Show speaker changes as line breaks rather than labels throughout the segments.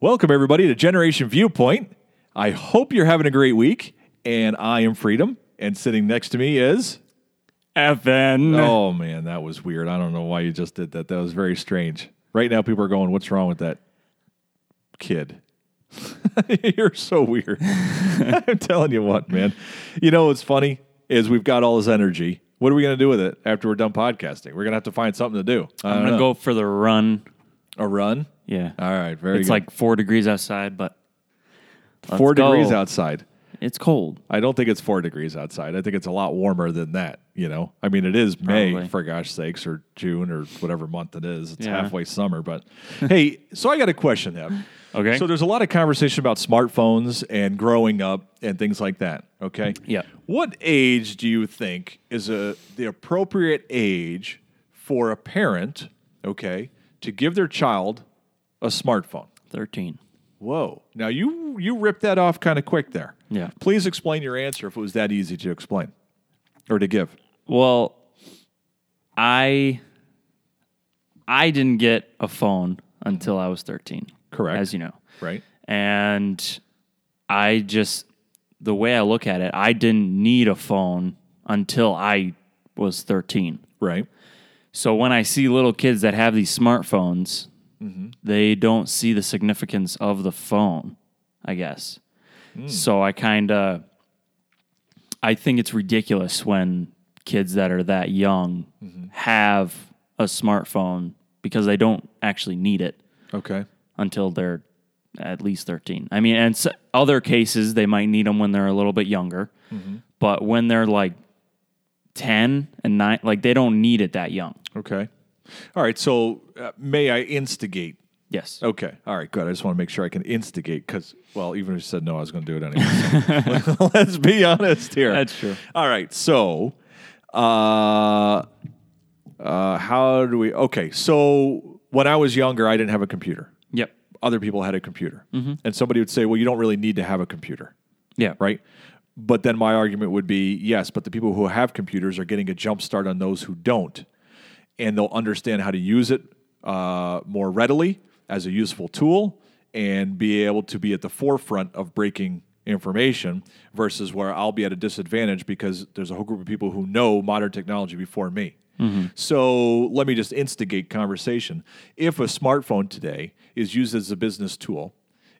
Welcome, everybody, to Generation Viewpoint. I hope you're having a great week. And I am Freedom. And sitting next to me is.
Evan.
Oh, man, that was weird. I don't know why you just did that. That was very strange. Right now, people are going, What's wrong with that kid? you're so weird. I'm telling you what, man. You know what's funny is we've got all this energy. What are we going to do with it after we're done podcasting? We're going to have to find something to do. I
I'm
don't
gonna
know.
go for the run.
a run.
Yeah.
All right, very
it's
good.
like four degrees outside, but let's
four
go.
degrees outside.
It's cold.
I don't think it's four degrees outside. I think it's a lot warmer than that. You know, I mean, it is May
Probably.
for gosh sakes, or June, or whatever month it is. It's
Yeah.
halfway summer. But hey, so I got a question, Ev.
Okay.
So there's a lot of conversation about smartphones and growing up and things like that. Okay.
Yeah.
What age do you think is a the appropriate age for a parent? Okay, to give their child a smartphone.
Thirteen.
Whoa! Now you you ripped that off kind of quick there.
Yeah.
Please explain your answer if it was that easy to explain or to give.
Well, I I didn't get a phone until I was thirteen.
Correct.
As you know.
Right.
And I just the way I look at it, I didn't need a phone until I was thirteen.
Right.
So when I see little kids that have these smartphones, they don't see the significance of the phone, I guess. So I kind of I think it's ridiculous when kids that are that young have a smartphone because they don't actually need it
Okay.
until they're at least 13. I mean, and s other cases they might need them when they're a little bit younger. But when they're like 10 and 9, like they don't need it that young.
Okay. All right. So uh, may I instigate?
Yes.
Okay. All right. Good. I just want to make sure I can instigate because, well, even if you said no, I was going to do it anyway. Let's be honest here.
That's true.
All right. So, uh, uh, how do we? Okay. So when I was younger, I didn't have a computer.
Yep.
other people had a computer. And somebody would say, well, you don't really need to have a computer,
Yeah.
right? But then my argument would be, yes, but the people who have computers are getting a jump start on those who don't. And they'll understand how to use it uh, more readily as a useful tool and be able to be at the forefront of breaking information versus where I'll be at a disadvantage because there's a whole group of people who know modern technology before me. So let me just instigate conversation. If a smartphone today is used as a business tool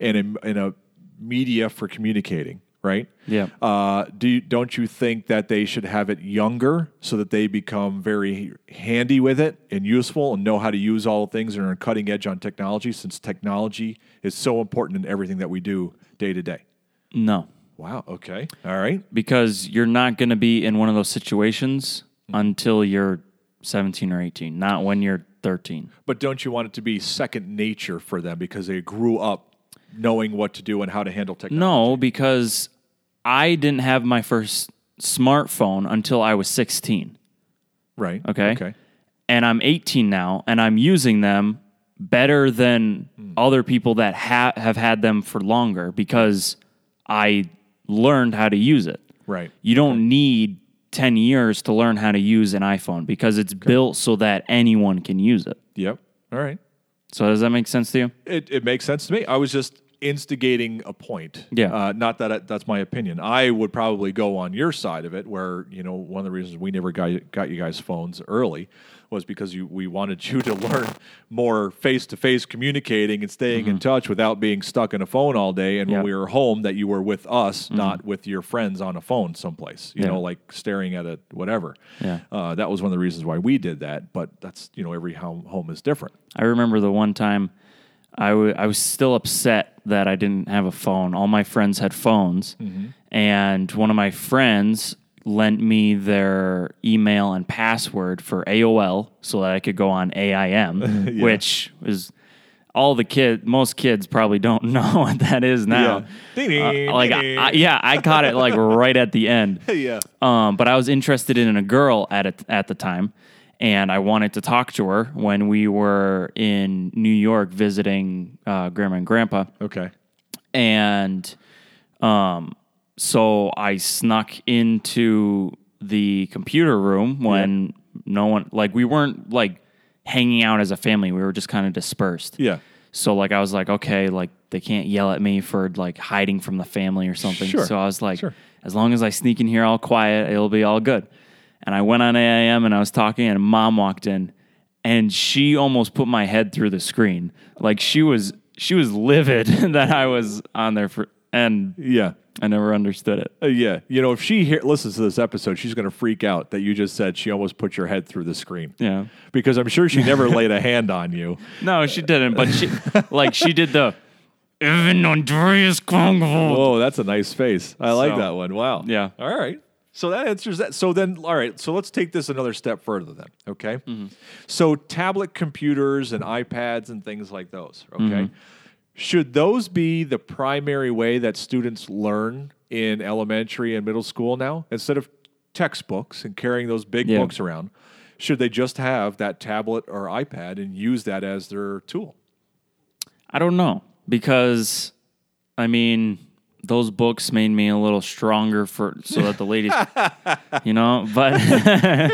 and in, in a media for communicating, right?
Yeah.
Uh, do you, don't you think that they should have it younger so that they become very handy with it and useful and know how to use all things and are cutting edge on technology since technology is so important in everything that we do day to day?
No.
Wow. Okay. All right.
Because you're not going to be in one of those situations until you're 17 or 18, not when you're 13.
But don't you want it to be second nature for them because they grew up knowing what to do and how to handle technology?
No, because I didn't have my first smartphone until I was 16.
Right.
Okay.
Okay.
And I'm 18 now and I'm using them better than other people that ha- have had them for longer because I learned how to use it.
Right.
You don't need 10 years to learn how to use an iPhone because it's built so that anyone can use it.
Yep. All right.
So does that make sense to you?
It, it makes sense to me. I was just instigating a point.
Yeah.
Uh, not that I, that's my opinion. I would probably go on your side of it, where you know one of the reasons we never got, got you guys phones early was because you, we wanted you to learn more face to face communicating and staying in touch without being stuck in a phone all day. And
Mm-hmm. Yeah. Mm-hmm.
when we were home, that you were with us, not with your friends on a phone someplace. You
Yeah.
know, like staring at a whatever.
Yeah.
Uh, that was one of the reasons why we did that. But that's you know every home home is different.
I remember the one time I wa- I was still upset that I didn't have a phone. All my friends had phones,
Mm-hmm.
and one of my friends lent me their email and password for AOL so that I could go on AIM, which is all the kid most kids probably don't know what that is now.
Ding, ding,
Uh, like
ding.
I, I- yeah, I caught it like right at the end.
yeah.
Um, but I was interested in a girl at it at the time, and I wanted to talk to her when we were in New York visiting uh, grandma and grandpa.
Okay.
And um, so I snuck into the computer room when no one, like, we weren't like hanging out as a family. We were just kind of dispersed.
Yeah.
So like I was like, okay, like they can't yell at me for like hiding from the family or something.
Sure.
So I was like,
Sure.
as long as I sneak in here all quiet, it'll be all good. And I went on AIM and I was talking and mom walked in and she almost put my head through the screen. Like she was she was livid that I was on there for and
Yeah.
I never understood it.
Uh, yeah. You know, if she hear, listens to this episode, she's going to freak out that you just said she almost put your head through the screen.
Yeah.
Because I'm sure she never laid a hand on you.
No, she didn't, but she like she did the even Andreas Kongvo.
Whoa, that's a nice face. I like
So-
that one. Wow.
Yeah.
All right. So that answers that. So then, all right. So let's take this another step further then. Okay.
Mm-hmm.
So tablet computers and iPads and things like those. Okay.
Mm-hmm.
Should those be the primary way that students learn in elementary and middle school now instead of textbooks and carrying those big
Yeah.
books around? Should they just have that tablet or iPad and use that as their tool?
I don't know because I mean those books made me a little stronger for so that the ladies you know but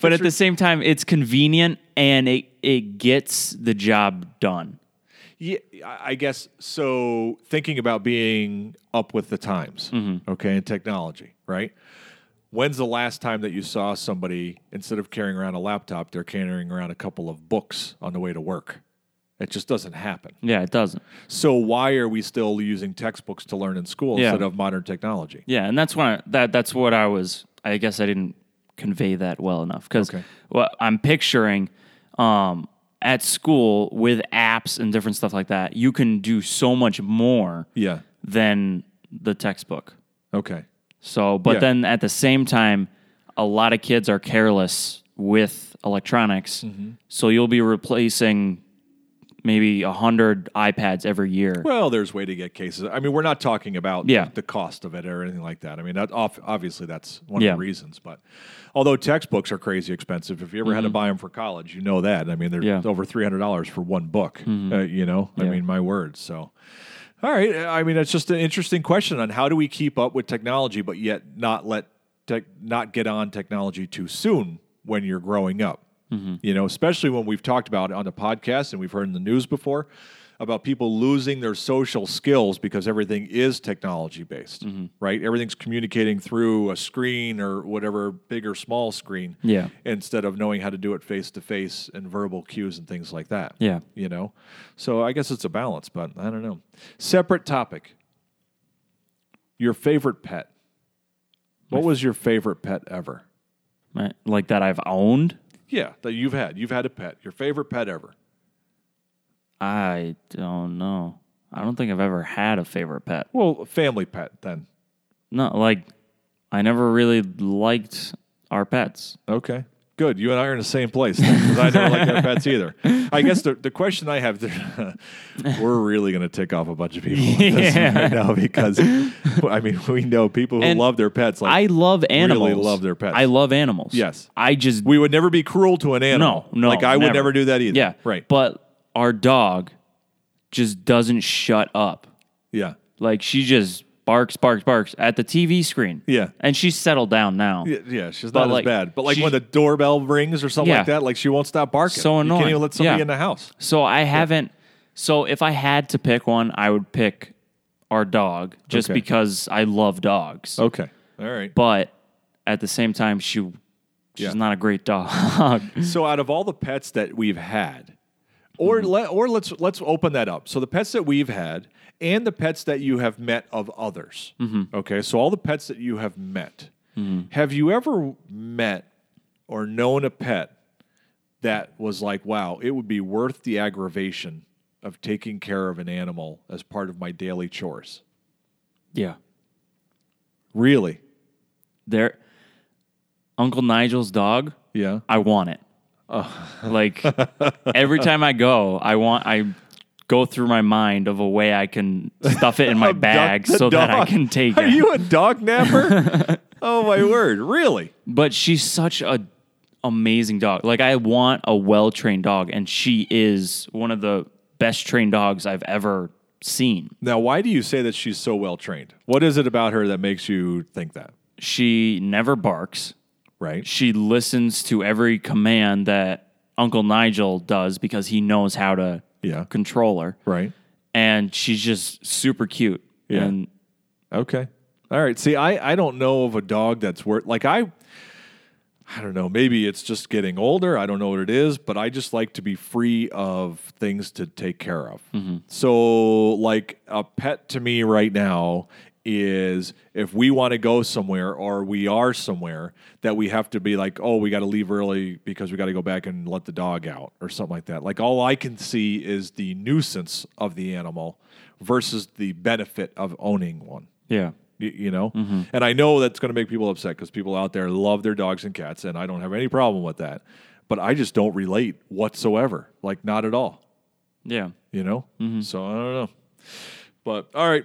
but at the same time it's convenient and it it gets the job done
Yeah, I I guess so. Thinking about being up with the times, okay, and technology, right? When's the last time that you saw somebody instead of carrying around a laptop, they're carrying around a couple of books on the way to work? It just doesn't happen.
yeah it doesn't
So why are we still using textbooks to learn in school
Yeah.
instead of modern technology?
Yeah, and that's when I, that that's what I was. I guess I didn't convey that well enough because
Okay.
what I'm picturing um, at school with apps and different stuff like that, you can do so much more
Yeah.
than the textbook.
Okay.
So, but
Yeah.
then at the same time, a lot of kids are careless with electronics.
Mm-hmm.
So you'll be replacing maybe a hundred iPads every year.
Well, there's way to get cases. I mean, we're not talking about
Yeah.
the cost of it or anything like that. I mean, that off, obviously that's one
Yeah.
of the reasons. But although textbooks are crazy expensive, if you ever had to buy them for college, you know that. I mean, they're
Mm-hmm. Yeah. Mm-hmm.
over three hundred dollars for one book. Uh, you know, I
Yeah.
mean, my word. So, all right. I mean, it's just an interesting question on how do we keep up with technology, but yet not let tech, not get on technology too soon when you're growing up. You know, especially when we've talked about it on the podcast and we've heard in the news before about people losing their social skills because everything is technology based, right? Everything's communicating through a screen or whatever, big or small screen,
Yeah.
instead of knowing how to do it face to face and verbal cues and things like that
Yeah.
you know so i guess it's a balance but i don't know separate topic your favorite pet what was your favorite pet ever
Right? Like that I've owned.
yeah that you've had you've had a pet your favorite pet ever
I don't know. I don't think I've ever had a favorite pet.
well family pet then
No, like I never really liked our pets.
okay good you and i are in the same place because i never like our pets either i guess the, the question i have we're really going to tick off a bunch of people with this
Yeah.
right now because i mean we know people who
And
love their pets like
I love animals.
love their pets.
I love animals.
Yes.
I just
we would never be cruel to an
no
animal
no.
like i would never do that either
Yeah,
right
But our dog just doesn't shut up.
yeah
Like she just barks, barks, barks at the TV screen.
Yeah.
and she's settled down now.
Yeah, yeah, she's
But,
not
like,
as bad. But like
she-
when the doorbell rings or something
Yeah.
like that, like she won't stop barking.
So
You
annoying.
can't even let somebody
Yeah.
in the house.
So I haven't. So if I had to pick one, I would pick our dog, just
Okay. Oh.
because I love dogs.
Okay. All right.
But at the same time, she she's
Yeah.
not a great dog.
So out of all the pets that we've had, or
Mm-hmm.
let or let's let's open that up. So the pets that we've had and the pets that you have met of others.
Mm-hmm.
Okay. So all the pets that you have met. Have you ever met or known a pet that was like, wow, it would be worth the aggravation of taking care of an animal as part of my daily chores?
yeah,
Really?
there. Uncle Nigel's dog.
Yeah.
I want it.
Oh.
Like every time I go, I want I go through my mind of a way I can stuff it in my bag
Duck the
so that I
dog.
can take
Are
it.
you a dog napper? oh my word! Really?
but she's such a amazing dog. Like I want a well trained dog, and she is one of the best trained dogs I've ever seen.
Now, why do you say that she's so well trained? What is it about her that makes you think that?
She never barks.
Right?
She listens to every command that Uncle Nigel does because he knows how to
Yeah.
controller,
Right.
and she's just super cute.
Yeah.
And
Okay. All right. See, I, I don't know of a dog that's worth like I I don't know, maybe it's just getting older. I don't know what it is, but I just like to be free of things to take care of. So like a pet to me right now is if we want to go somewhere or we are somewhere that we have to be like, oh, we got to leave early because we got to go back and let the dog out or something like that. Like all I can see is the nuisance of the animal versus the benefit of owning one
yeah,
y- you know and i know that's going to make people upset because people out there love their dogs and cats and i don't have any problem with that but i just don't relate whatsoever like not at all
yeah.
you know so i don't know but all right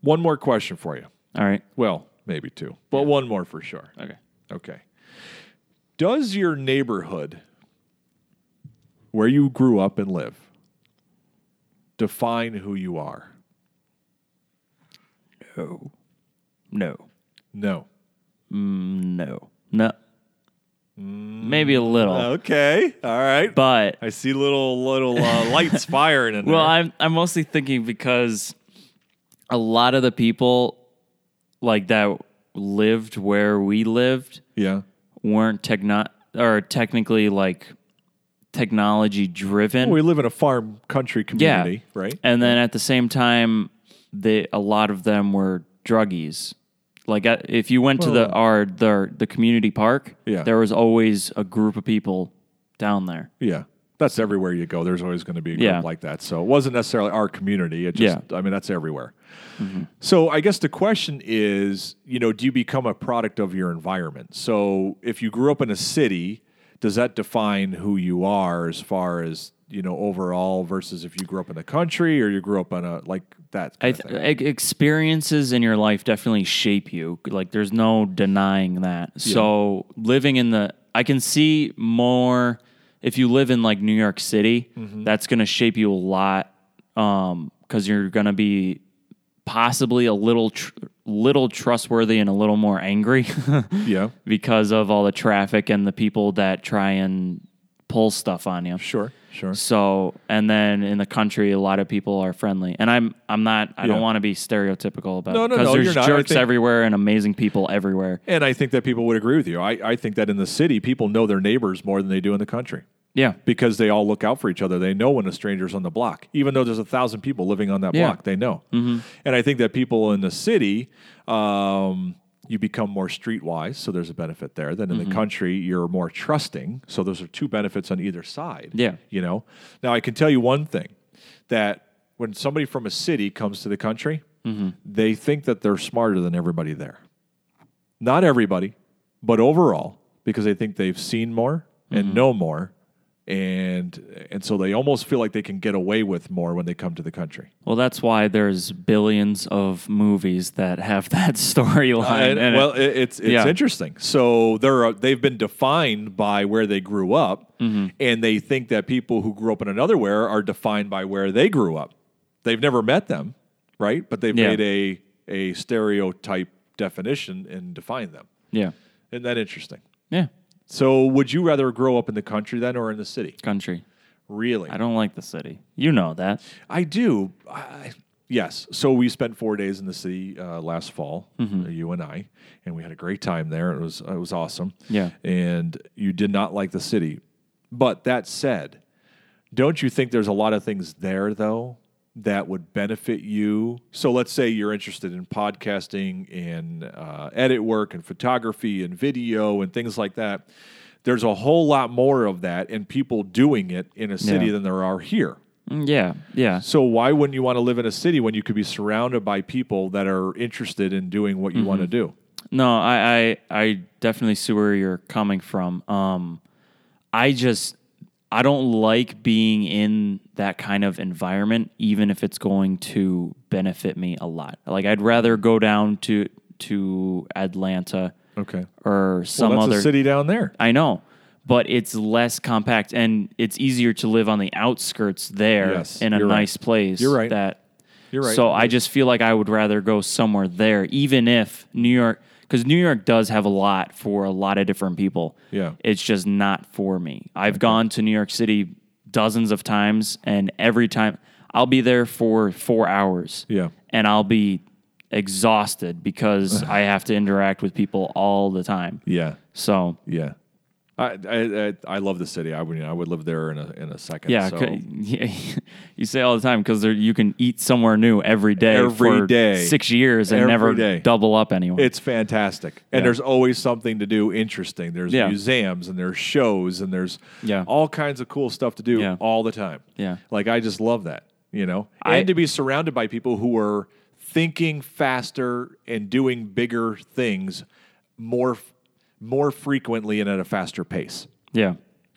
one more question for you
All right.
well maybe two but one more for sure
Okay.
okay does your neighborhood where you grew up and live define who you are
No. No.
no
No. No. Maybe a little,
okay all right
but
I see little little uh, lights firing in
Well,
there.
I'm I'm mostly thinking because a lot of the people like that lived where we lived
yeah,
weren't techno or technically like technology driven.
we live in a farm country
yeah,
community, right?
And then at the same time, they a lot of them were druggies. Like I- if you went to the our the the community park,
Yeah.
there was always a group of people down there.
Yeah, that's everywhere you go. There's always going to be a group
Yeah.
like that. So it wasn't necessarily our community. It just, I mean, that's everywhere.
Mm-hmm.
So I guess the question is, you know, do you become a product of your environment? So if you grew up in a city, does that define who you are as far as you know overall versus if you grew up in the country or you grew up on a like that?
I
kind of
th- e- experiences in your life definitely shape you. Like, there's no denying that. So, living in the, I can see more. If you live in like New York City, that's going to shape you a lot because you're going to be possibly a little, tr- little trustworthy and a little more angry
thing? yeah,
because of all the traffic and the people that try and pull stuff on you.
sure, sure.
So, and then in the country, a lot of people are friendly, and I'm I'm not. I
Yeah.
don't want to be stereotypical about
No, no,
because
no,
there's
you're not. I
jerks
think-
everywhere and amazing people everywhere.
And I think that people would agree with you. I, I think that in the city, people know their neighbors more than they do in the country
Yeah,
because they all look out for each other. They know when a stranger's on the block, even though there's a thousand people living on that
Yeah.
block. They know. And I think that people in the city, um, you become more streetwise, so there's a benefit there. Then in the country, you're more trusting, so those are two benefits on either side.
Yeah.
you know. Now I can tell you one thing that when somebody from a city comes to the country, they think that they're smarter than everybody there not everybody, but overall, because they think they've seen more and know more, and and so they almost feel like they can get away with more when they come to the country.
well, that's why there's billions of movies that have that
And,
storyline. in Uh, it.
Uh, well, it, it's it's
Yeah.
interesting. So they're uh, they've been defined by where they grew up,
Mm-hmm.
and they think that people who grew up in another where are defined by where they grew up. They've never met them, right? But they've
Yeah.
made a a stereotype definition and defined them.
yeah,
Isn't that interesting?
yeah,
So, would you rather grow up in the country then or in the city?
country.
Really?
I don't like the city. You know that.
I do. I, yes. So, we spent four days in the city uh, last fall,
Mm-hmm.
you and I, and we had a great time there. It was it was awesome.
Yeah.
And you did not like the city, but that said, don't you think there's a lot of things there though that would benefit you? So let's say you're interested in podcasting and uh, edit work and photography and video and things like that. There's a whole lot more of that and people doing it in a city
Yeah.
than there are here.
Mm, Yeah, yeah,
So why wouldn't you want to live in a city when you could be surrounded by people that are interested in doing what you want to do?
No, I, I I definitely see where you're coming from. Um, I just I don't like being in that kind of environment, even if it's going to benefit me a lot. Like I'd rather go down to to Atlanta
Okay.
or
Well,
some
that's
other
a city down there.
I know, but it's less compact and it's easier to live on the outskirts there
Yes,
in a
you're right.
nice place.
You're right.
That
You're right.
So I just feel like I would rather go somewhere there, even if New York, because New York does have a lot for a lot of different people.
Yeah.
it's just not for me. I've gone to New York City dozens of times, and every time I'll be there for four hours.
Yeah.
and I'll be exhausted because I have to interact with people all the time.
Yeah.
So
Yeah. I, I I- I love the city. I would you know, I would live there in a in a second.
Yeah,
so.
c- yeah, you say all the time because you can eat somewhere new every day,
Every
for
day.
six years and
Every
never
day.
double up anyone.
It's fantastic. And there's always something to do interesting. There's
Yeah.
museums and there's shows and there's
Yeah.
all kinds of cool stuff to do
Yeah.
all the time.
Yeah.
Like I just love that, you know.
I-
and to be surrounded by people who are thinking faster and doing bigger things more f- more frequently and at a faster pace.
yeah,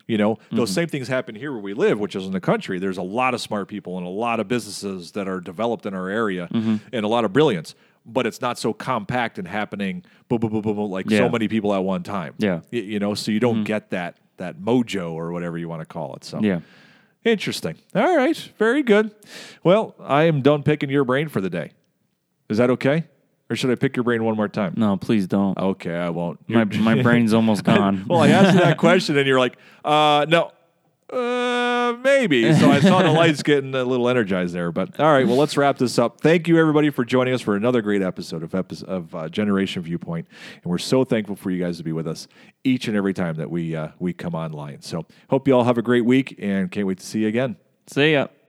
You know,
Mm-hmm.
those same things happen here where we live, which is in the country. There's a lot of smart people and a lot of businesses that are developed in our area
Mm-hmm.
and a lot of brilliance, but it's not so compact and happening boom, boom, boom, boom, boom, like so
Yeah.
many people at one time.
Yeah. Mm-hmm.
Y- You know, so you don't get that that mojo or whatever you want to call it. So
yeah.
interesting. All right. Very good. Well, I am done picking your brain for the day. Is that okay? Or should I pick your brain one more time?
No, please don't.
Okay, I won't.
my my brain's almost gone.
Well, I asked you that question, and you're like, uh, no, uh, maybe. So I saw the lights getting a little energized there. But all right, well, let's wrap this up. Thank you, everybody, for joining us for another great episode of, epi- of uh, Generation Viewpoint. And we're so thankful for you guys to be with us each and every time that we, uh, we come online. So hope you all have a great week and can't wait to see you again.
See ya.